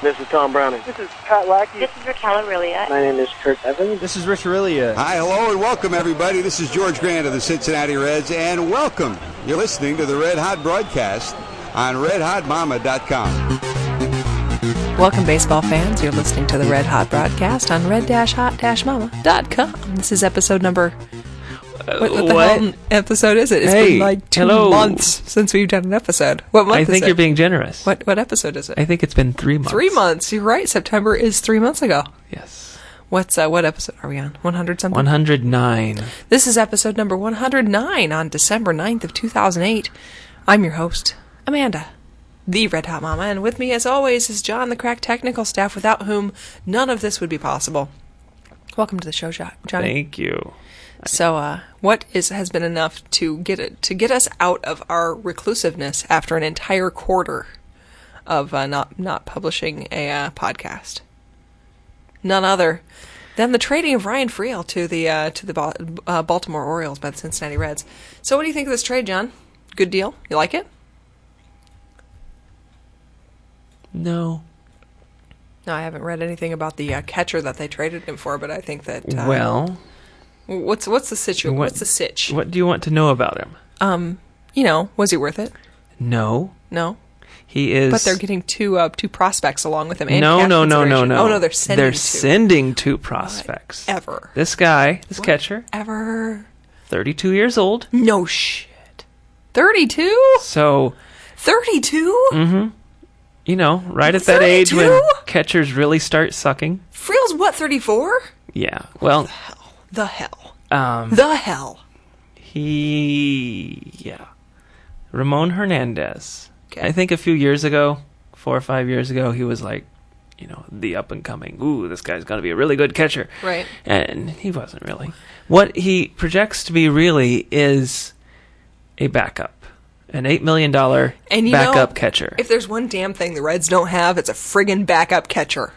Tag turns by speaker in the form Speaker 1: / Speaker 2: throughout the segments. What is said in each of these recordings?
Speaker 1: This is Tom Browning.
Speaker 2: This is Pat Lackey.
Speaker 3: This is Raquel Aurelia.
Speaker 1: My name is Kurt Evans.
Speaker 4: This is Rich Aurelia.
Speaker 5: Hi, hello, and welcome, everybody. This is George Grant of the Cincinnati Reds, and welcome. You're listening to the Red Hot broadcast on redhotmama.com.
Speaker 6: Welcome, baseball fans. You're listening to the Red Hot broadcast on red-hot-mama.com. This is episode number. What, what the
Speaker 7: what?
Speaker 6: hell episode is it? It's
Speaker 7: Hey,
Speaker 6: been like two
Speaker 7: hello.
Speaker 6: months since we've done an episode. What month
Speaker 7: I
Speaker 6: is
Speaker 7: think
Speaker 6: it?
Speaker 7: you're being generous.
Speaker 6: What what episode is it?
Speaker 7: I think it's been three months.
Speaker 6: three months. You're right. September is three months ago.
Speaker 7: Yes.
Speaker 6: What's uh, what episode are we on? One hundred something.
Speaker 7: 109.
Speaker 6: This is episode number 109 on December 9th of 2008. I'm your host, Amanda, the Red Hot Mama, and with me as always is John, the crack technical staff, without whom none of this would be possible. Welcome to the show, Jo- Johnny.
Speaker 7: Thank you.
Speaker 6: So, uh, what is has been enough to get it to get us out of our reclusiveness after an entire quarter of uh, not not publishing a uh, podcast? None other than the trading of Ryan Friel to the uh, to the Bal- uh, Baltimore Orioles by the Cincinnati Reds. So, what do you think of this trade, John? Good deal. You like it?
Speaker 7: No.
Speaker 6: No, I haven't read anything about the uh, catcher that they traded him for, but I think that uh,
Speaker 7: well,
Speaker 6: what's what's the situation?
Speaker 7: what-
Speaker 6: What's the sitch?
Speaker 7: what do you want to know about him?
Speaker 6: Um, you know, was he worth it?
Speaker 7: No.
Speaker 6: No.
Speaker 7: He is.
Speaker 6: But they're getting two uh, two prospects along with them. And
Speaker 7: no,
Speaker 6: cash
Speaker 7: no, no, no,
Speaker 6: consideration.
Speaker 7: no.
Speaker 6: Oh no, they're sending.
Speaker 7: They're
Speaker 6: two.
Speaker 7: sending two prospects.
Speaker 6: ever.
Speaker 7: This guy, this catcher,
Speaker 6: Ever.
Speaker 7: 32 years old.
Speaker 6: No shit. Thirty two.
Speaker 7: So,
Speaker 6: Thirty two.
Speaker 7: Mm-hmm. you know, right at that age when
Speaker 6: 32?
Speaker 7: catchers really start sucking.
Speaker 6: Friel's what? Thirty four.
Speaker 7: Yeah. Well,
Speaker 6: The hell.
Speaker 7: um,
Speaker 6: The hell.
Speaker 7: he. Yeah. Ramon Hernandez.
Speaker 6: Okay.
Speaker 7: I think a few years ago, four or five years ago, he was like, you know, the up and coming. Ooh, this guy's going to be a really good catcher.
Speaker 6: Right.
Speaker 7: And he wasn't really. What he projects to be really is a backup, an $8 million
Speaker 6: And you
Speaker 7: backup
Speaker 6: know,
Speaker 7: catcher.
Speaker 6: If there's one damn thing the Reds don't have, it's a friggin' backup catcher.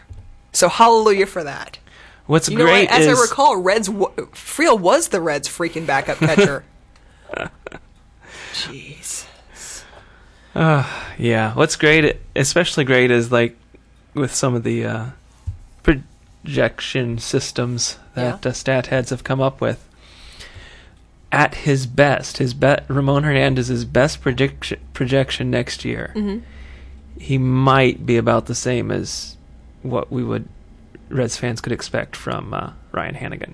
Speaker 6: So hallelujah for that.
Speaker 7: What's
Speaker 6: You know
Speaker 7: great
Speaker 6: what? As
Speaker 7: is
Speaker 6: I recall, Reds w- Friel was the Reds' freaking backup catcher. Jeez.
Speaker 7: Yeah, what's great, especially great, is like with some of the uh, projection systems that
Speaker 6: Yeah.
Speaker 7: uh, stat heads have come up with. At his best, his bet Ramon Hernandez's best prediction projection next year,
Speaker 6: Mm-hmm.
Speaker 7: he might be about the same as what we would Reds fans could expect from uh, Ryan Hannigan.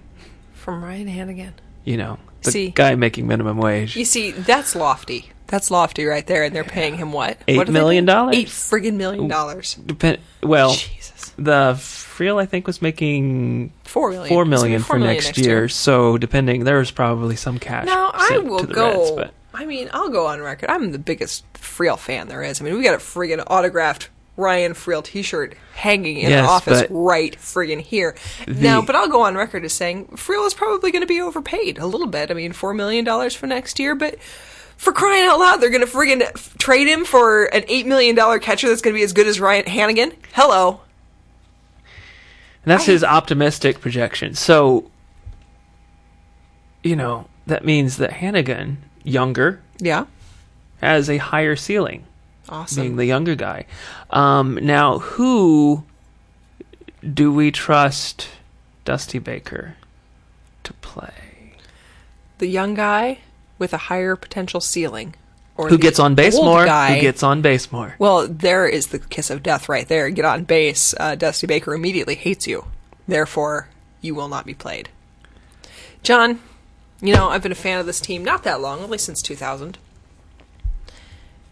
Speaker 6: From Ryan Hannigan.
Speaker 7: You know, the
Speaker 6: See.
Speaker 7: guy making minimum wage.
Speaker 6: You see, that's lofty. That's lofty right there, and they're paying him what?
Speaker 7: Eight
Speaker 6: What do they
Speaker 7: million
Speaker 6: pay?
Speaker 7: dollars?
Speaker 6: Eight friggin' million dollars.
Speaker 7: Depend- well,
Speaker 6: Jesus.
Speaker 7: the Friel I think was making
Speaker 6: Four million.
Speaker 7: four
Speaker 6: So
Speaker 7: million
Speaker 6: it'd be four
Speaker 7: for
Speaker 6: million
Speaker 7: next,
Speaker 6: next
Speaker 7: year.
Speaker 6: year.
Speaker 7: So depending, there was probably some cash.
Speaker 6: Now I
Speaker 7: sent
Speaker 6: will
Speaker 7: to the
Speaker 6: go.
Speaker 7: Reds, but
Speaker 6: I mean, I'll go on record. I'm the biggest Friel fan there is. I mean, we got a friggin' autographed Ryan Friel T-shirt hanging in
Speaker 7: Yes,
Speaker 6: our office
Speaker 7: but-
Speaker 6: right friggin' here. now, but I'll go on record as saying Friel is probably going to be overpaid a little bit. I mean, four million dollars for next year, but. For crying out loud, they're going to friggin' f- trade him for an $8 million catcher that's going to be as good as Ryan Hannigan? Hello.
Speaker 7: and that's his optimistic projection. So you know that means that Hannigan, younger,
Speaker 6: Yeah.
Speaker 7: has a higher ceiling, being
Speaker 6: Awesome.
Speaker 7: the younger guy. Um, now, who do we trust Dusty Baker to play?
Speaker 6: The young guy with a higher potential ceiling. Or
Speaker 7: Who
Speaker 6: the
Speaker 7: gets on base
Speaker 6: old
Speaker 7: more?
Speaker 6: guy-
Speaker 7: Who gets on base more?
Speaker 6: Well, there is the kiss of death right there. Get on base. Uh, Dusty Baker immediately hates you. Therefore, you will not be played. John, you know, I've been a fan of this team not that long, only since 2000.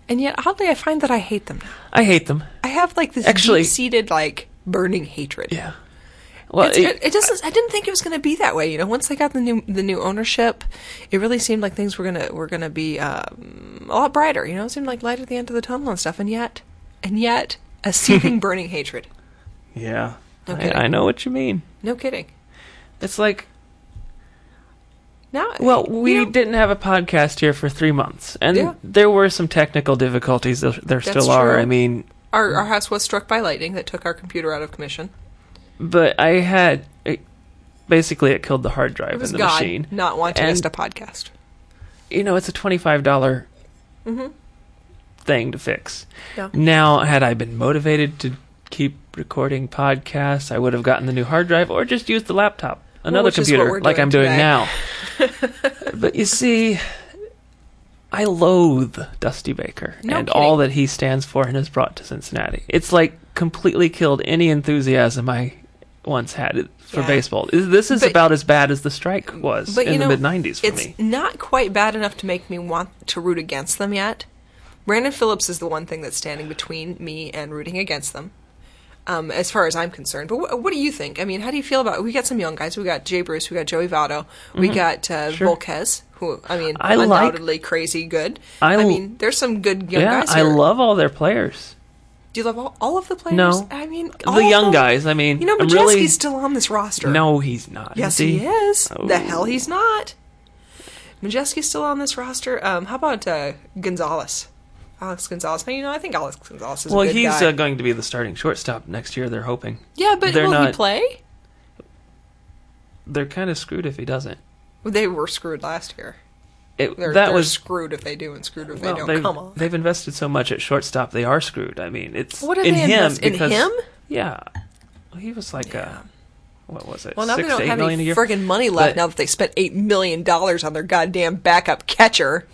Speaker 6: And yet, oddly, I find that I hate them now.
Speaker 7: I hate them.
Speaker 6: I have like this
Speaker 7: Actually-
Speaker 6: deep-seated, like burning hatred.
Speaker 7: Yeah. Well,
Speaker 6: It's- it, it doesn't. I didn't think it was going to be that way. You know, once they got the new the new ownership, it really seemed like things were gonna were gonna be um, a lot brighter. You know, it seemed like light at the end of the tunnel and stuff. And yet, and yet, a seething, burning hatred.
Speaker 7: yeah.
Speaker 6: No
Speaker 7: I,
Speaker 6: kidding.
Speaker 7: I know what you mean.
Speaker 6: No kidding.
Speaker 7: It's like
Speaker 6: Now,
Speaker 7: Well,
Speaker 6: you
Speaker 7: we
Speaker 6: know,
Speaker 7: didn't have a podcast here for three months, and
Speaker 6: Yeah.
Speaker 7: there were some technical difficulties. There, there still
Speaker 6: That's
Speaker 7: are.
Speaker 6: true.
Speaker 7: I mean,
Speaker 6: our our house was struck by lightning that took our computer out of commission.
Speaker 7: but I had it, basically it killed the hard drive
Speaker 6: It was
Speaker 7: in the
Speaker 6: God
Speaker 7: machine.
Speaker 6: not wanting
Speaker 7: and,
Speaker 6: us to podcast.
Speaker 7: You know, it's a twenty-five dollar thing to fix.
Speaker 6: Mm-hmm. Yeah.
Speaker 7: Now, had I been motivated to keep recording podcasts, I would have gotten the new hard drive or just used the laptop, another
Speaker 6: which is what
Speaker 7: computer,
Speaker 6: we're
Speaker 7: like
Speaker 6: doing
Speaker 7: I'm doing
Speaker 6: today.
Speaker 7: now. but you see, I loathe Dusty Baker
Speaker 6: No
Speaker 7: and all
Speaker 6: kidding.
Speaker 7: that he stands for and has brought to Cincinnati. It's like completely killed any enthusiasm I once had for
Speaker 6: Yeah.
Speaker 7: baseball. This is
Speaker 6: But-
Speaker 7: about as bad as the strike was
Speaker 6: But
Speaker 7: in
Speaker 6: you know,
Speaker 7: the mid 90s for
Speaker 6: it's
Speaker 7: me.
Speaker 6: not quite bad enough to make me want to root against them yet. Brandon Phillips is the one thing that's standing between me and rooting against them, um, as far as I'm concerned. But wh- what do you think? I mean, how do you feel about? We got some young guys. We got Jay Bruce. We got Joey Votto. We got uh,
Speaker 7: Mm-hmm. Sure.
Speaker 6: Volquez, who I mean,
Speaker 7: I like-
Speaker 6: undoubtedly crazy good.
Speaker 7: I
Speaker 6: I
Speaker 7: l-
Speaker 6: mean, there's some good young
Speaker 7: Yeah,
Speaker 6: guys.
Speaker 7: I
Speaker 6: here.
Speaker 7: love all their players.
Speaker 6: Do you love all, all of the players?
Speaker 7: No.
Speaker 6: I mean, all
Speaker 7: The
Speaker 6: of
Speaker 7: young
Speaker 6: them?
Speaker 7: guys, I mean,
Speaker 6: You know,
Speaker 7: I'm
Speaker 6: Majeski's
Speaker 7: really
Speaker 6: still on this roster.
Speaker 7: No, he's not.
Speaker 6: Yes, he is.
Speaker 7: Oh.
Speaker 6: The hell he's not. Majeski's still on this roster. Um, how about uh, Gonzalez? Alex Gonzalez. Now, you know, I think Alex Gonzalez is
Speaker 7: Well,
Speaker 6: a good
Speaker 7: he's
Speaker 6: guy.
Speaker 7: uh, going to be the starting shortstop next year. They're hoping.
Speaker 6: yeah, but
Speaker 7: they're
Speaker 6: will
Speaker 7: not-
Speaker 6: he play?
Speaker 7: They're kind of screwed if he doesn't.
Speaker 6: They were screwed last year.
Speaker 7: It,
Speaker 6: They're,
Speaker 7: that
Speaker 6: they're
Speaker 7: was
Speaker 6: screwed if they do and screwed if
Speaker 7: well,
Speaker 6: they
Speaker 7: they've,
Speaker 6: don't. Come on.
Speaker 7: they've invested so much at shortstop, they are screwed. I mean, it's
Speaker 6: What did
Speaker 7: in
Speaker 6: they
Speaker 7: him
Speaker 6: invest in
Speaker 7: because
Speaker 6: him?
Speaker 7: yeah, well, he was like uh what was it?
Speaker 6: Well, now
Speaker 7: six
Speaker 6: they
Speaker 7: to
Speaker 6: don't
Speaker 7: eight
Speaker 6: have
Speaker 7: million a
Speaker 6: any
Speaker 7: year.
Speaker 6: friggin' money left
Speaker 7: But-
Speaker 6: now that they spent $8 million on their goddamn backup catcher.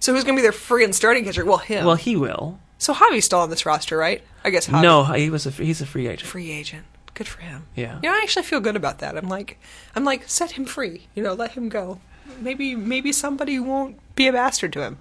Speaker 6: So who's going to be their friggin' starting catcher? Well, him.
Speaker 7: well, he will.
Speaker 6: so Javi's still on this roster, right? I guess Javi.
Speaker 7: No, he was a he's a free agent.
Speaker 6: free agent. Good for him.
Speaker 7: Yeah.
Speaker 6: You know, I actually feel good about that. I'm like, I'm like, set him free. You know, let him go. Maybe, maybe somebody won't be a bastard to him.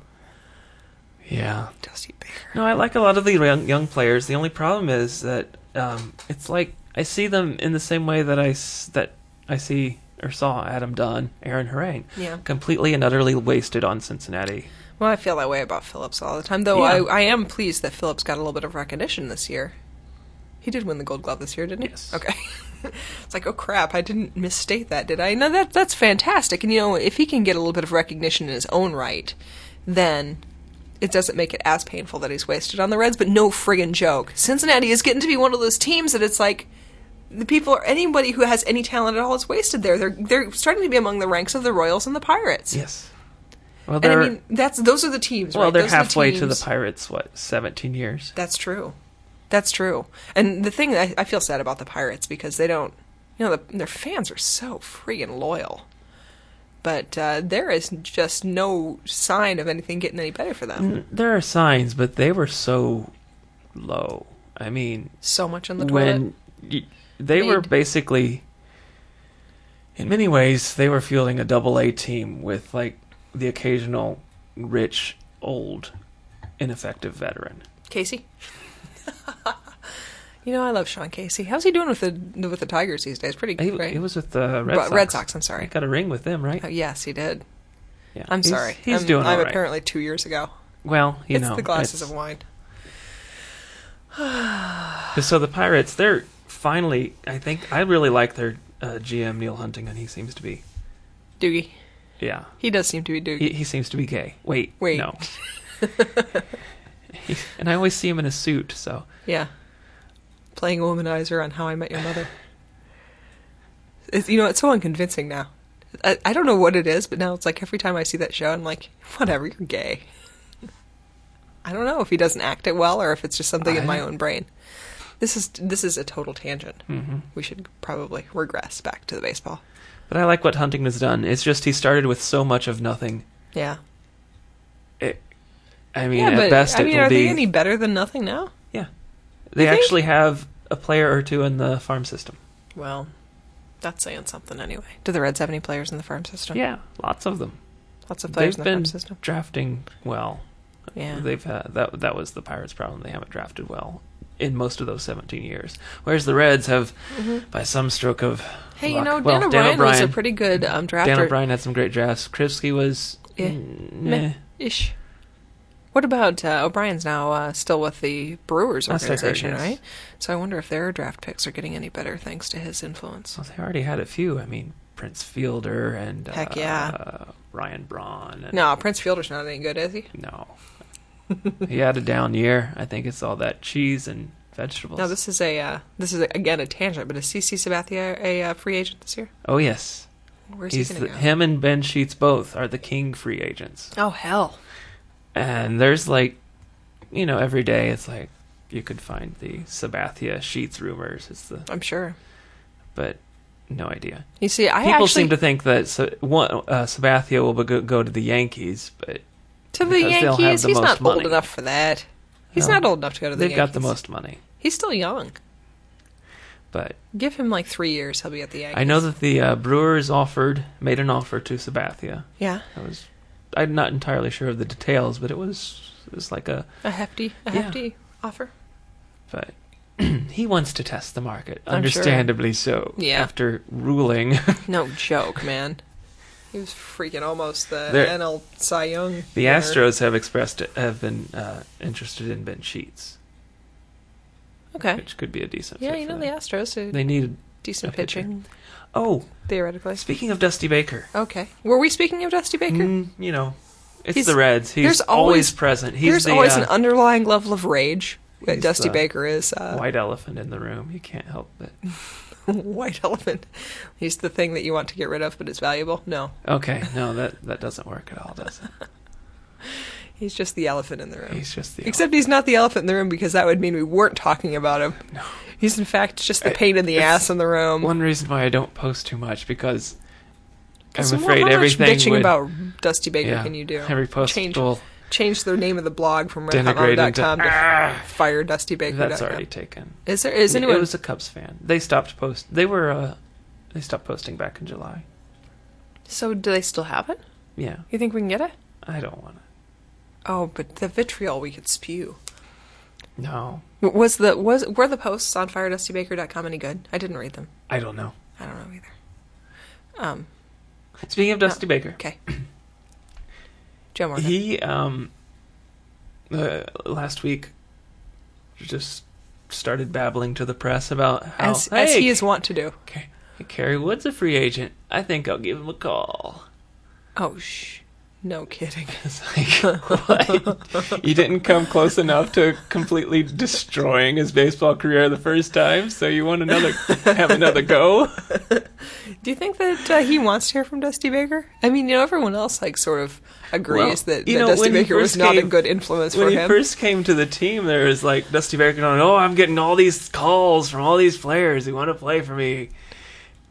Speaker 7: Yeah.
Speaker 6: Dusty Baker.
Speaker 7: No, I like a lot of the young, young players. The only problem is that um, it's like I see them in the same way that I s- that I see or saw Adam Dunn, Aaron Harang.
Speaker 6: Yeah.
Speaker 7: Completely and utterly wasted on Cincinnati.
Speaker 6: Well, I feel that way about Phillips all the time, though.
Speaker 7: Yeah.
Speaker 6: I, I am pleased that Phillips got a little bit of recognition this year. He did win the Gold Glove this year, didn't he?
Speaker 7: Yes.
Speaker 6: Okay. it's like, oh crap, I didn't misstate that, did I? No, that that's fantastic. And you know, if he can get a little bit of recognition in his own right, then it doesn't make it as painful that he's wasted on the Reds. But no friggin' joke, Cincinnati is getting to be one of those teams that it's like. The people or anybody who has any talent at all is wasted there. They're they're starting to be among the ranks of the Royals and the Pirates.
Speaker 7: Yes. Well,
Speaker 6: And
Speaker 7: they're
Speaker 6: I mean, that's those are the teams.
Speaker 7: well,
Speaker 6: right?
Speaker 7: they're
Speaker 6: Those are
Speaker 7: halfway to the
Speaker 6: teams-
Speaker 7: Pirates. What seventeen years?
Speaker 6: That's true. That's true. And the thing I, I feel sad about the Pirates because they don't, you know, the, their fans are so friggin' loyal. But uh, there is just no sign of anything getting any better for them.
Speaker 7: There are signs, but they were so low. I mean,
Speaker 6: So much on the toilet.
Speaker 7: when y- they were
Speaker 6: Made.
Speaker 7: basically in many ways they were fielding a double a team with like the occasional rich old ineffective veteran
Speaker 6: Casey. you know, I love Sean Casey. How's he doing with the with the Tigers these days? Pretty
Speaker 7: he,
Speaker 6: good, right?
Speaker 7: he was with the red
Speaker 6: But-
Speaker 7: sox
Speaker 6: Red Sox, I'm sorry.
Speaker 7: he got a ring with them right
Speaker 6: Oh, yes, he did.
Speaker 7: yeah.
Speaker 6: I'm
Speaker 7: He's-
Speaker 6: sorry.
Speaker 7: he's
Speaker 6: I'm,
Speaker 7: doing
Speaker 6: I'm
Speaker 7: all right.
Speaker 6: apparently two years ago.
Speaker 7: well you
Speaker 6: it's
Speaker 7: know
Speaker 6: the glasses
Speaker 7: it's-
Speaker 6: of wine.
Speaker 7: so the pirates they're finally i think i really like their uh, gm neil huntington he seems to be
Speaker 6: Doogie.
Speaker 7: yeah
Speaker 6: He does seem to be Doogie.
Speaker 7: He, he seems to be gay. Wait,
Speaker 6: Wait.
Speaker 7: no. He- and I always see him in a suit. So
Speaker 6: Yeah. Playing womanizer on How I Met Your Mother. It's, you know, it's so unconvincing now. I, I don't know what it is, but now it's like every time I see that show, I'm like, whatever, you're gay. I don't know if he doesn't act it well or if it's just something in
Speaker 7: I-
Speaker 6: my own brain. This is this is a total tangent.
Speaker 7: Mm-hmm.
Speaker 6: We should probably regress back to the baseball.
Speaker 7: But I like what Huntington's done. It's just he started with so much of nothing.
Speaker 6: Yeah.
Speaker 7: It, I mean,
Speaker 6: Yeah,
Speaker 7: at
Speaker 6: but
Speaker 7: best
Speaker 6: I
Speaker 7: it
Speaker 6: mean,
Speaker 7: will
Speaker 6: are
Speaker 7: be.
Speaker 6: they any better than nothing now?
Speaker 7: yeah, they
Speaker 6: You think?
Speaker 7: actually have a player or two in the farm system.
Speaker 6: Well, that's saying something anyway. Do the Reds have any players in the farm system?
Speaker 7: Yeah, lots of them.
Speaker 6: Lots of players
Speaker 7: They've
Speaker 6: in the
Speaker 7: been
Speaker 6: farm system.
Speaker 7: drafting well.
Speaker 6: Yeah.
Speaker 7: They've had, that that was the Pirates' problem. They haven't drafted well in most of those 17 years. Whereas the Reds have, by some stroke of
Speaker 6: Mm-hmm. Hey, you
Speaker 7: luck-
Speaker 6: know, Dan
Speaker 7: well,
Speaker 6: O'Brien, was a
Speaker 7: O'Brien-
Speaker 6: pretty good um, drafter.
Speaker 7: Dan O'Brien had some great drafts. Krivsky was
Speaker 6: Yeah.
Speaker 7: mm,
Speaker 6: Meh.
Speaker 7: meh.
Speaker 6: Ish. What about uh, O'Brien's now uh, still with the Brewers
Speaker 7: Last I heard,
Speaker 6: organization,
Speaker 7: yes.
Speaker 6: right? So I wonder if their draft picks are getting any better thanks to his influence.
Speaker 7: Well, they already had a few. I mean, Prince Fielder and
Speaker 6: Heck
Speaker 7: uh,
Speaker 6: yeah.
Speaker 7: Ryan Braun. And,
Speaker 6: No, Prince Fielder's not any good, is he?
Speaker 7: no, he had a down year. I think it's all that cheese and vegetables.
Speaker 6: No, this is a uh, this is again a tangent, but is CC Sabathia a uh, free agent this year?
Speaker 7: oh yes,
Speaker 6: Where's
Speaker 7: he's
Speaker 6: he
Speaker 7: the,
Speaker 6: going to go?
Speaker 7: him and Ben Sheets both are the king free agents.
Speaker 6: Oh hell!
Speaker 7: And there's like, you know, every day it's like, you could find the Sabathia sheets rumors. It's the
Speaker 6: I'm sure.
Speaker 7: but no idea.
Speaker 6: You see, I
Speaker 7: People
Speaker 6: actually
Speaker 7: seem to think that Sa- one, uh, Sabathia will go, go to the Yankees, but
Speaker 6: to the
Speaker 7: because they'll have
Speaker 6: Yankees.
Speaker 7: the
Speaker 6: He's
Speaker 7: most
Speaker 6: not old
Speaker 7: money.
Speaker 6: enough for that. He's
Speaker 7: No.
Speaker 6: not old enough to go to the
Speaker 7: they've
Speaker 6: Yankees.
Speaker 7: got the most money.
Speaker 6: He's still young.
Speaker 7: But
Speaker 6: Give him like three years, he'll be at the Yankees.
Speaker 7: I know that the uh, Brewers offered made an offer to Sabathia.
Speaker 6: Yeah,
Speaker 7: I was I'm not entirely sure of the details, but it was it was like a
Speaker 6: a hefty, a
Speaker 7: Yeah.
Speaker 6: hefty offer.
Speaker 7: but he wants to test the market,
Speaker 6: I'm sure.
Speaker 7: understandably so.
Speaker 6: Yeah.
Speaker 7: After ruling
Speaker 6: No joke, man. He was freaking almost the
Speaker 7: There-
Speaker 6: NL Cy Young.
Speaker 7: The
Speaker 6: winner.
Speaker 7: Astros have expressed have been uh, interested in Ben Sheets,
Speaker 6: Okay.
Speaker 7: which could be a decent.
Speaker 6: Yeah,
Speaker 7: fit
Speaker 6: you
Speaker 7: for
Speaker 6: know the
Speaker 7: them.
Speaker 6: Astros are
Speaker 7: They need.
Speaker 6: decent
Speaker 7: a pitcher.
Speaker 6: pitching
Speaker 7: Oh,
Speaker 6: theoretically.
Speaker 7: speaking of Dusty Baker,
Speaker 6: Okay. Were we speaking of Dusty Baker?
Speaker 7: mm, you know, it's
Speaker 6: He's-
Speaker 7: the Reds. He's
Speaker 6: there's
Speaker 7: always,
Speaker 6: always-
Speaker 7: present. He's
Speaker 6: There's
Speaker 7: the
Speaker 6: always
Speaker 7: uh,
Speaker 6: an underlying level of rage that
Speaker 7: he's
Speaker 6: Dusty
Speaker 7: the
Speaker 6: Baker is. Uh,
Speaker 7: white elephant in the room. You can't help it.
Speaker 6: white elephant. He's the thing that you want to get rid of, but it's valuable. No,
Speaker 7: Okay, no, that that doesn't work at all, does it?
Speaker 6: he's just the elephant in the room.
Speaker 7: He's just the
Speaker 6: Except he's not the elephant in the room because that would mean we weren't talking about him.
Speaker 7: No.
Speaker 6: He's in fact just the
Speaker 7: I-
Speaker 6: pain in the
Speaker 7: it's
Speaker 6: ass in the room.
Speaker 7: one reason why I don't post too much because I'm
Speaker 6: 'Cause wha-
Speaker 7: afraid
Speaker 6: how much
Speaker 7: everything
Speaker 6: bitching
Speaker 7: would-
Speaker 6: about Dusty Baker
Speaker 7: yeah,
Speaker 6: can you do?
Speaker 7: every post
Speaker 6: change
Speaker 7: will
Speaker 6: change the name of the blog from
Speaker 7: denigrate
Speaker 6: redhotmom.com to
Speaker 7: into. Ah,
Speaker 6: fire Dusty Baker.
Speaker 7: that's already taken.
Speaker 6: Is there is anyone
Speaker 7: It was a Cubs fan. They stopped post. They were. Uh, they stopped posting back in July.
Speaker 6: So do they still have it?
Speaker 7: Yeah,
Speaker 6: You think we can get it?
Speaker 7: I don't want to.
Speaker 6: Oh, but the vitriol we could spew.
Speaker 7: No,
Speaker 6: W- Was the was were the posts on firedustybaker.com any good? I didn't read them.
Speaker 7: I don't know.
Speaker 6: I don't know either. Um,
Speaker 7: Speaking of Dusty Baker,
Speaker 6: okay. Joe Morgan.
Speaker 7: he um, uh, last week just started babbling to the press about how
Speaker 6: as,
Speaker 7: Oh, hey,
Speaker 6: as he is wont to do.
Speaker 7: Ca- Carrie Wood's a free agent. I think I'll give him a call.
Speaker 6: Oh, shh. No kidding.
Speaker 7: It's like, what? You didn't come close enough to completely destroying his baseball career the first time, so you want another have another go?
Speaker 6: Do you think that uh, he wants to hear from Dusty Baker? I mean, you know, everyone else like sort of agrees
Speaker 7: Well,
Speaker 6: that,
Speaker 7: you
Speaker 6: that
Speaker 7: know,
Speaker 6: Dusty
Speaker 7: when he
Speaker 6: Baker was
Speaker 7: first
Speaker 6: not a
Speaker 7: came-
Speaker 6: good influence for
Speaker 7: When he
Speaker 6: him.
Speaker 7: first came to the team, there was like Dusty Baker going, "Oh, I'm getting all these calls from all these players who want to play for me,"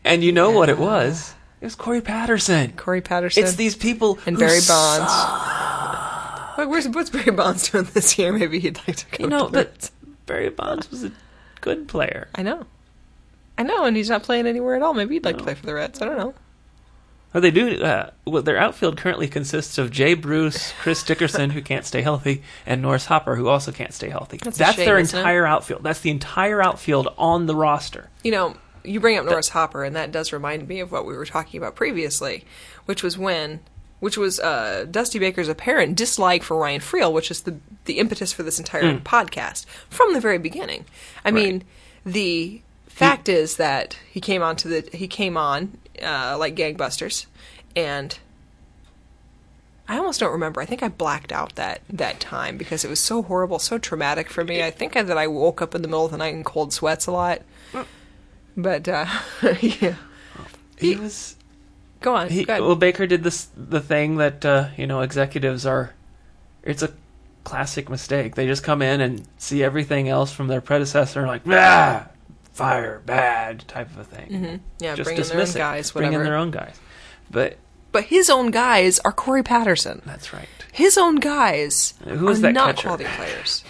Speaker 7: and you know what it was? It was Corey Patterson.
Speaker 6: Corey Patterson
Speaker 7: It's these people
Speaker 6: and
Speaker 7: who
Speaker 6: Barry
Speaker 7: suck.
Speaker 6: Bonds. Wait, where's, what's Barry Bonds doing this year? Maybe he'd like to go.
Speaker 7: You know,
Speaker 6: to the-
Speaker 7: but Barry Bonds was a good player.
Speaker 6: I know, I know, and he's not playing anywhere at all. Maybe he'd like to
Speaker 7: No.
Speaker 6: play for the Reds. I don't know.
Speaker 7: Well, they do. Uh, well, their outfield currently consists of Jay Bruce, Chris Dickerson, who can't stay healthy, and Norris Hopper, who also can't stay healthy.
Speaker 6: That's a shame,
Speaker 7: their
Speaker 6: isn't it?
Speaker 7: entire outfield. That's the entire outfield on the roster.
Speaker 6: You know, you bring up Norris Hopper, and that does remind me of what we were talking about previously, which was when, which was uh, Dusty Baker's apparent dislike for Ryan Friel, which is the the impetus for this entire podcast from the very beginning. I mean, the fact is that he came on to the he came on uh, like gangbusters, and. I almost don't remember. I think I blacked out that that time because it was so horrible, so traumatic for me. I think that I woke up in the middle of the night in cold sweats a lot. But uh, yeah,
Speaker 7: He,
Speaker 6: He-
Speaker 7: was.
Speaker 6: go on.
Speaker 7: He,
Speaker 6: go ahead.
Speaker 7: well, Baker did this the thing that uh, you know executives are. It's a classic mistake. They just come in and see everything else from their predecessor, and are like ah, fire, bad type of a thing.
Speaker 6: yeah,
Speaker 7: Just
Speaker 6: Mm-hmm. bring in their own
Speaker 7: dismiss it.
Speaker 6: guys,
Speaker 7: Bring in
Speaker 6: whatever.
Speaker 7: their own guys. But
Speaker 6: But his own guys are Corey Patterson.
Speaker 7: that's right.
Speaker 6: His own guys
Speaker 7: Who was
Speaker 6: are
Speaker 7: that
Speaker 6: not
Speaker 7: catcher?
Speaker 6: quality players.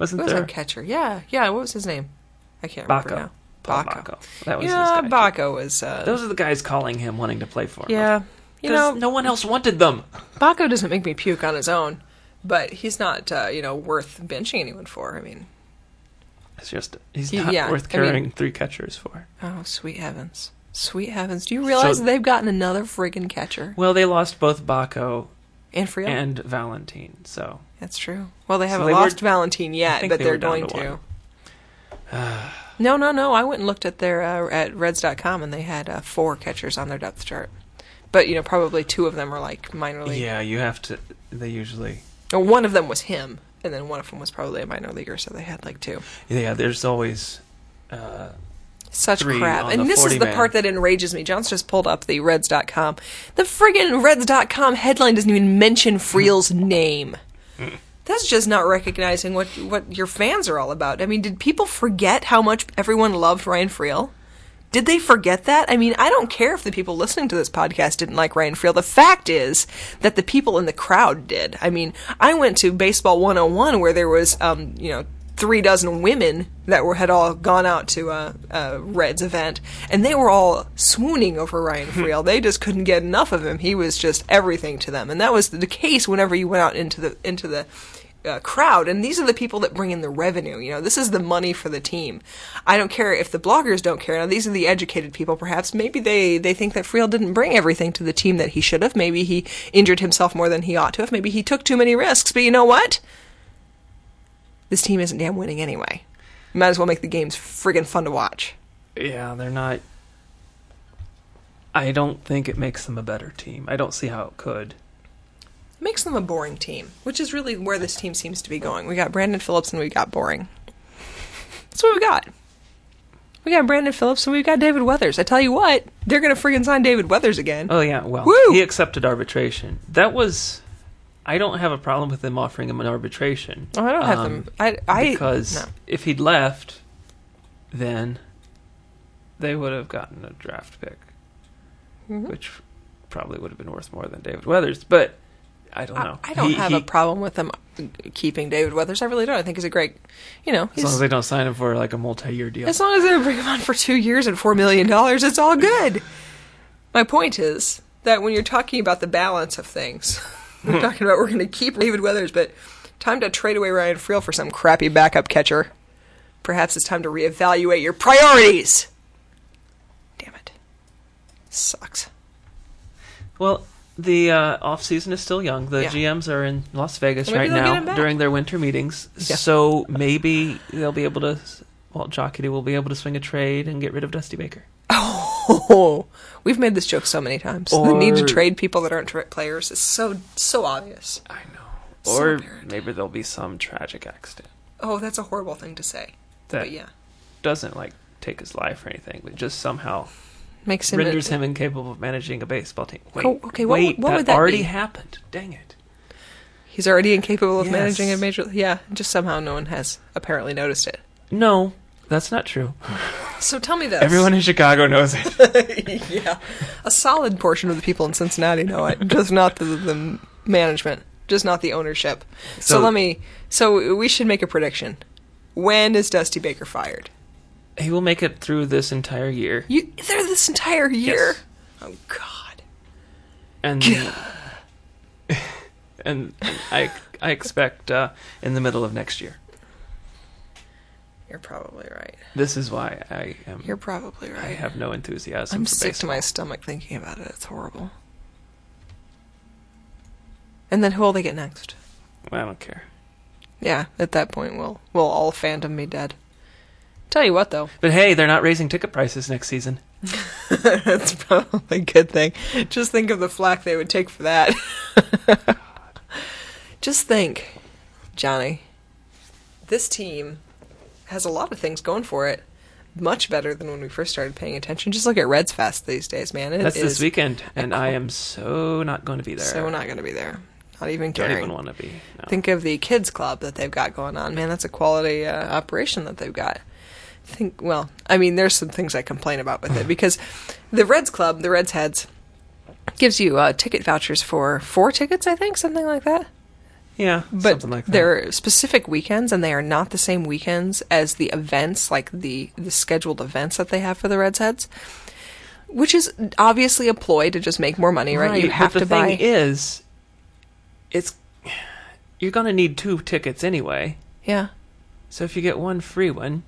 Speaker 7: Wasn't
Speaker 6: Who was
Speaker 7: there
Speaker 6: that catcher? Yeah, yeah. What was his name? I can't
Speaker 7: Baca.
Speaker 6: remember now.
Speaker 7: Paul
Speaker 6: Baca.
Speaker 7: Baca. That was
Speaker 6: yeah,
Speaker 7: his guy.
Speaker 6: Baca was. Uh,
Speaker 7: Those are the guys calling him, wanting to play for him.
Speaker 6: yeah, you know,
Speaker 7: no one else wanted them.
Speaker 6: Baco doesn't make me puke on his own, but he's not, uh, you know, worth benching anyone for. I mean,
Speaker 7: It's just he's
Speaker 6: He-
Speaker 7: not
Speaker 6: yeah, I
Speaker 7: worth
Speaker 6: mean-
Speaker 7: carrying three catchers for.
Speaker 6: oh, sweet heavens. Sweet heavens. Do you realize
Speaker 7: So-
Speaker 6: they've gotten another friggin' catcher?
Speaker 7: Well, they lost both Baco
Speaker 6: And Friel?
Speaker 7: and Valentine, so
Speaker 6: That's true. Well, they haven't
Speaker 7: they were-
Speaker 6: lost Valentine yet,
Speaker 7: think
Speaker 6: but
Speaker 7: they
Speaker 6: they're
Speaker 7: were down
Speaker 6: going
Speaker 7: to
Speaker 6: to.
Speaker 7: one.
Speaker 6: no, no, no. I went and looked at their uh, at Reds.com, and they had uh, four catchers on their depth chart. But you know, probably two of them are like minor league.
Speaker 7: yeah, you have to. They usually
Speaker 6: Or one of them was him, and then one of them was probably a minor leaguer. So they had like two.
Speaker 7: yeah. There's always uh,
Speaker 6: Such
Speaker 7: three
Speaker 6: crap.
Speaker 7: on
Speaker 6: And
Speaker 7: the
Speaker 6: this is
Speaker 7: 40
Speaker 6: the
Speaker 7: man.
Speaker 6: part that enrages me. John's just pulled up the Reds.com. The friggin' Reds.com headline doesn't even mention Friel's name. That's just not recognizing what what your fans are all about. I mean, did people forget how much everyone loved Ryan Friel? Did they forget that? I mean, I don't care if the people listening to this podcast didn't like Ryan Friel. The fact is that the people in the crowd did. I mean, I went to Baseball 101 where there was, um, you know, three dozen women that were had all gone out to a, a Reds event, and they were all swooning over Ryan Friel. they just couldn't get enough of him. He was just everything to them, and that was the case whenever you went out into the into the uh, crowd. And these are the people that bring in the revenue. You know, this is the money for the team. I don't care if the bloggers don't care. Now, these are the educated people. Perhaps maybe they they think that Friel didn't bring everything to the team that he should have. Maybe he injured himself more than he ought to have. Maybe he took too many risks. But you know what? this team isn't damn winning anyway. Might as well make the games friggin' fun to watch.
Speaker 7: Yeah, they're not. I don't think it makes them a better team. I don't see how it could.
Speaker 6: It makes them a boring team, which is really where this team seems to be going. We got Brandon Phillips and we got boring. That's what we got. We got Brandon Phillips and we've got David Weathers. I tell you what, they're gonna friggin' sign David Weathers again.
Speaker 7: Oh yeah, well,
Speaker 6: Woo!
Speaker 7: he accepted arbitration. That was. I don't have a problem with them offering him an arbitration.
Speaker 6: Oh, I don't have
Speaker 7: um,
Speaker 6: them. I, I
Speaker 7: because
Speaker 6: no.
Speaker 7: if he'd left, then they would have gotten a draft pick,
Speaker 6: Mm-hmm.
Speaker 7: which probably would have been worth more than David Weathers. But I don't
Speaker 6: I,
Speaker 7: know.
Speaker 6: I don't
Speaker 7: He-
Speaker 6: have
Speaker 7: he-
Speaker 6: a problem with them keeping David Weathers. I really don't. I think he's a great, you know,
Speaker 7: As
Speaker 6: he's,
Speaker 7: long as they don't sign him for like a multi-year deal.
Speaker 6: As long as they bring him on for two years and four million dollars, it's all good. My point is that when you're talking about the balance of things, we're talking about we're going to keep David Weathers, but time to trade away Ryan Friel for some crappy backup catcher. Perhaps it's time to reevaluate your priorities. Damn it, sucks.
Speaker 7: Well, the uh, off season is still young. The
Speaker 6: Yeah.
Speaker 7: GMs are in Las Vegas
Speaker 6: Maybe
Speaker 7: right
Speaker 6: they'll get him
Speaker 7: now
Speaker 6: back.
Speaker 7: during their winter meetings,
Speaker 6: Yeah.
Speaker 7: so maybe they'll be able to. Well, Jockety will be able to swing a trade and get rid of Dusty Baker.
Speaker 6: Oh, we've made this joke so many times. the need to
Speaker 7: Or-
Speaker 6: trade people that aren't tra- players is so so obvious.
Speaker 7: I know.
Speaker 6: So
Speaker 7: Or
Speaker 6: apparent.
Speaker 7: maybe there'll be some tragic accident
Speaker 6: Oh, that's a horrible thing to say.
Speaker 7: that
Speaker 6: But yeah,
Speaker 7: doesn't like take his life or anything, but just somehow
Speaker 6: makes him a-
Speaker 7: renders him incapable of managing a baseball team. Wait,
Speaker 6: Oh, okay, what
Speaker 7: wait,
Speaker 6: would- what
Speaker 7: that
Speaker 6: would that
Speaker 7: already
Speaker 6: be?
Speaker 7: happened. Dang it.
Speaker 6: He's already incapable of
Speaker 7: Yes.
Speaker 6: managing a major. Yeah, just somehow no one has apparently noticed it.
Speaker 7: No, that's not true.
Speaker 6: So tell me this.
Speaker 7: Everyone in Chicago knows it.
Speaker 6: yeah. A solid portion of the people in Cincinnati know it, just not the, the management, just not the ownership. So,
Speaker 7: So-
Speaker 6: let me. So we should make a prediction. When is Dusty Baker fired?
Speaker 7: he will make it through this entire year.
Speaker 6: You there this entire year?
Speaker 7: Yes.
Speaker 6: Oh God.
Speaker 7: and and I I expect uh, in the middle of next year.
Speaker 6: You're probably right.
Speaker 7: This is why I am.
Speaker 6: You're probably
Speaker 7: I
Speaker 6: right.
Speaker 7: have no enthusiasm.
Speaker 6: I'm
Speaker 7: for
Speaker 6: sick to
Speaker 7: baseball.
Speaker 6: my stomach thinking about it. It's horrible. And then who will they get next?
Speaker 7: I don't care.
Speaker 6: Yeah, at that point, we'll we'll all fandom be dead. Tell you what, though,
Speaker 7: But hey, they're not raising ticket prices next season.
Speaker 6: that's probably a good thing. Just think of the flack they would take for that. Just think, Johnny. This team has a lot of things going for it. Much better than when we first started paying attention. Just look at Reds Fest these days, man. It
Speaker 7: That's this
Speaker 6: is-
Speaker 7: weekend, and I am so not going to be there.
Speaker 6: So we're not going to be there. Not even
Speaker 7: don't
Speaker 6: caring.
Speaker 7: even want to be. no.
Speaker 6: Think of the kids club that they've got going on. Man, that's a quality uh, operation that they've got. Think well, I mean, there's some things I complain about with it because the Reds Club, the Reds Heads, gives you uh, ticket vouchers for four tickets, I think, something like that.
Speaker 7: yeah,
Speaker 6: But
Speaker 7: something like that.
Speaker 6: they're specific weekends, and they are not the same weekends as the events, like the the scheduled events that they have for the Reds Heads, which is obviously a ploy to just make more money, right? You
Speaker 7: but
Speaker 6: have
Speaker 7: the
Speaker 6: to
Speaker 7: thing
Speaker 6: buy.
Speaker 7: is, it's you're going to need two tickets anyway.
Speaker 6: yeah.
Speaker 7: So if you get one free one,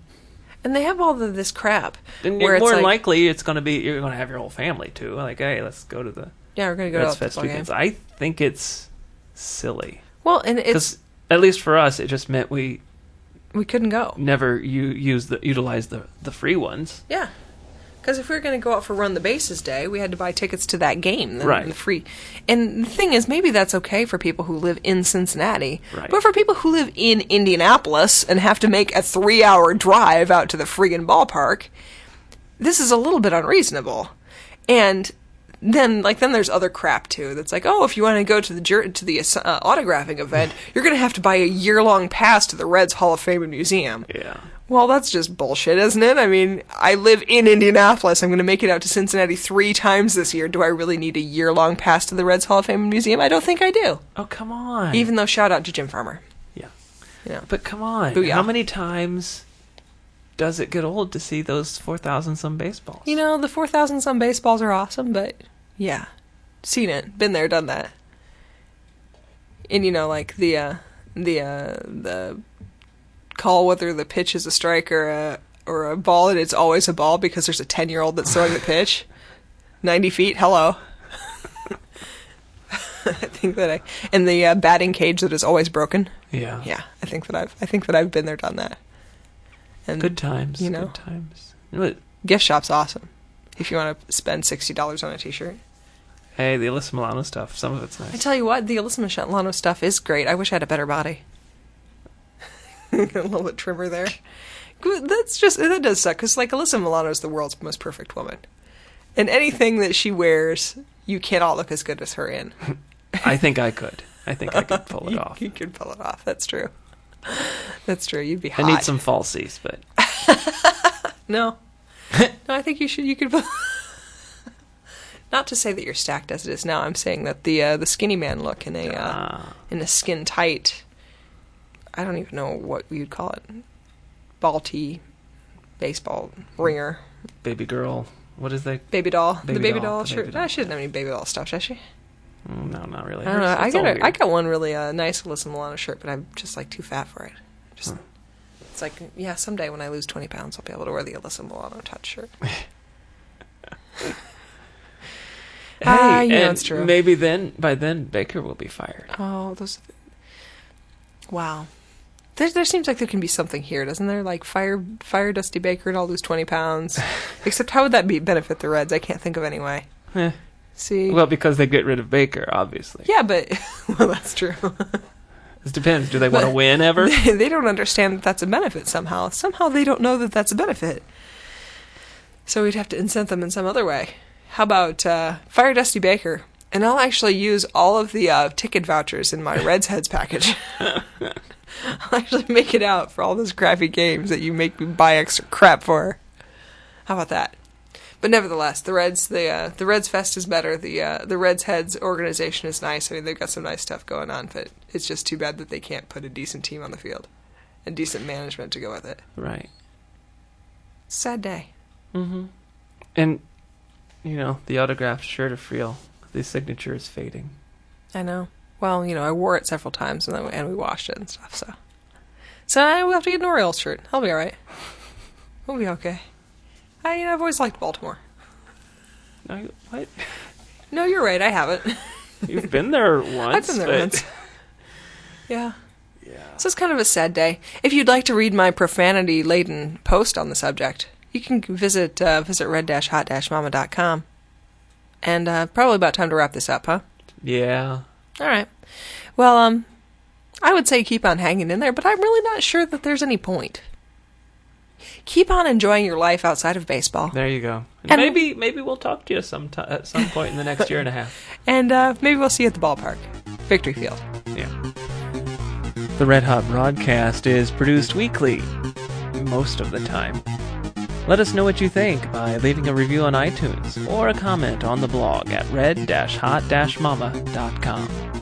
Speaker 6: And they have all of this crap.
Speaker 7: Then
Speaker 6: where
Speaker 7: you're
Speaker 6: it's
Speaker 7: more
Speaker 6: like-
Speaker 7: likely it's going to be you're going to have your whole family too. Like, hey, let's go to the
Speaker 6: Yeah, we're gonna go
Speaker 7: Reds
Speaker 6: to the
Speaker 7: Fest
Speaker 6: football game.
Speaker 7: weekends. I think it's silly
Speaker 6: Well, and it's
Speaker 7: because at least for us, it just meant we
Speaker 6: we couldn't go.
Speaker 7: never u- use the utilize the the free ones.
Speaker 6: Yeah, because if we were gonna go out for run the bases day, we had to buy tickets to that game, the,
Speaker 7: Right.
Speaker 6: The free. And the thing is, maybe that's okay for people who live in Cincinnati,
Speaker 7: Right.
Speaker 6: but for people who live in Indianapolis and have to make a three-hour drive out to the friggin' ballpark, this is a little bit unreasonable. And then like then there's other crap too that's like oh if you want to go to the jur- to the uh, autographing event you're gonna have to buy a year long pass to the Reds Hall of Fame and Museum.
Speaker 7: Yeah.
Speaker 6: Well, that's just bullshit, isn't it? I mean, I live in Indianapolis. I'm going to make it out to Cincinnati three times this year. Do I really need a year long pass to the Reds Hall of Fame and Museum? I don't think I do.
Speaker 7: Oh come on.
Speaker 6: Even though, shout out to Jim Farmer.
Speaker 7: yeah.
Speaker 6: Yeah.
Speaker 7: But come on.
Speaker 6: Booyah.
Speaker 7: How many times does it get old to see those four thousand some baseballs?
Speaker 6: You know, the 4,000 some baseballs are awesome, but yeah. Seen it, been there, done that. And you know, like the uh the uh the call whether the pitch is a strike or a or a ball and it's always a ball because there's a 10-year-old that's throwing the pitch. 90 feet, hello. I think that I and the uh, batting cage that is always broken.
Speaker 7: Yeah.
Speaker 6: Yeah, I think that I've I think that I've been there, done that. And
Speaker 7: Good times.
Speaker 6: You know.
Speaker 7: Good times. Look,
Speaker 6: gift shop's awesome if you want to spend $60 on a t-shirt
Speaker 7: Hey, the Alyssa Milano stuff. Some of it's nice.
Speaker 6: i tell you what the alyssa milano stuff is great i wish i had a better body a little bit trimmer there Good- that's just that does suck because like alyssa milano's the world's most perfect woman and anything that she wears you cannot look as good as her in
Speaker 7: I think I could. I think I could pull it
Speaker 6: you,
Speaker 7: off.
Speaker 6: you can pull it off that's true that's true you'd be
Speaker 7: I
Speaker 6: hot.
Speaker 7: need some falsies, but
Speaker 6: no no i think you should you could pull not to say that you're stacked as it is now i'm saying that the uh, the skinny man look in a uh,
Speaker 7: ah,
Speaker 6: in a skin tight. I don't even know what you'd call it. Ball tee, baseball ringer,
Speaker 7: baby girl. What is that?
Speaker 6: baby doll, the
Speaker 7: Baby
Speaker 6: baby
Speaker 7: doll,
Speaker 6: doll
Speaker 7: the
Speaker 6: shirt.
Speaker 7: baby doll,
Speaker 6: I shouldn't have any baby doll stuff, does she?
Speaker 7: Mm, No, not really.
Speaker 6: I don't know. I
Speaker 7: It's all
Speaker 6: got a, I
Speaker 7: weird.
Speaker 6: got one really uh, nice Alyssa Milano shirt, but I'm just like too fat for it. Just it's like yeah, someday when I lose twenty pounds, I'll be able to wear the Alyssa Milano touch shirt.
Speaker 7: Hey,
Speaker 6: Ah, you know
Speaker 7: and
Speaker 6: it's true.
Speaker 7: Maybe then, by then, Baker will be fired.
Speaker 6: Oh, those. Wow. There, there seems like there can be something here, doesn't there? Like fire, fire Dusty Baker, and I'll lose twenty pounds. Except, how would that be benefit the Reds? I can't think of any way.
Speaker 7: Eh.
Speaker 6: See,
Speaker 7: Well, because they get rid of Baker, obviously.
Speaker 6: yeah, but well, that's true.
Speaker 7: It depends. Do they want to
Speaker 6: But-
Speaker 7: win ever?
Speaker 6: they, they don't understand that that's a benefit somehow. Somehow they don't know that that's a benefit. So we'd have to incent them in some other way. How about uh, fire Dusty Baker, and I'll actually use all of the uh, ticket vouchers in my Reds heads package. I'll actually make it out for all those crappy games that you make me buy extra crap for. How about that? But nevertheless, the Reds the uh, the Reds Fest is better. The uh, the Reds Heads organization is nice. I mean, they've got some nice stuff going on, but it's just too bad that they can't put a decent team on the field and decent management to go with it.
Speaker 7: Right.
Speaker 6: Sad day.
Speaker 7: Mm-hmm. And you know, the autographed shirt of real. The signature is fading.
Speaker 6: I know. Well, you know, I wore it several times and then and we washed it and stuff. So, so I will have to get an Orioles shirt. I'll be all right. We'll be okay. I you know, I've always liked Baltimore.
Speaker 7: No, you- what?
Speaker 6: No, you're right. I haven't.
Speaker 7: You've been there once.
Speaker 6: I've been there
Speaker 7: but-
Speaker 6: once. Yeah.
Speaker 7: Yeah.
Speaker 6: So it's kind of a sad day. If you'd like to read my profanity laden post on the subject, you can visit uh, visit red hot mama.com. And uh, probably about time to wrap this up, huh?
Speaker 7: Yeah.
Speaker 6: All right. Well, um, I would say keep on hanging in there, but I'm really not sure that there's any point. Keep on enjoying your life outside of baseball,
Speaker 7: There you go.
Speaker 6: And-
Speaker 7: maybe maybe we'll talk to you sometime at some point in the next year and a half.
Speaker 6: and uh, maybe we'll see you at the ballpark, Victory Field.
Speaker 7: Yeah. The Red Hot broadcast is produced weekly, most of the time. Let us know what you think by leaving a review on iTunes or a comment on the blog at red-hot-mama.com.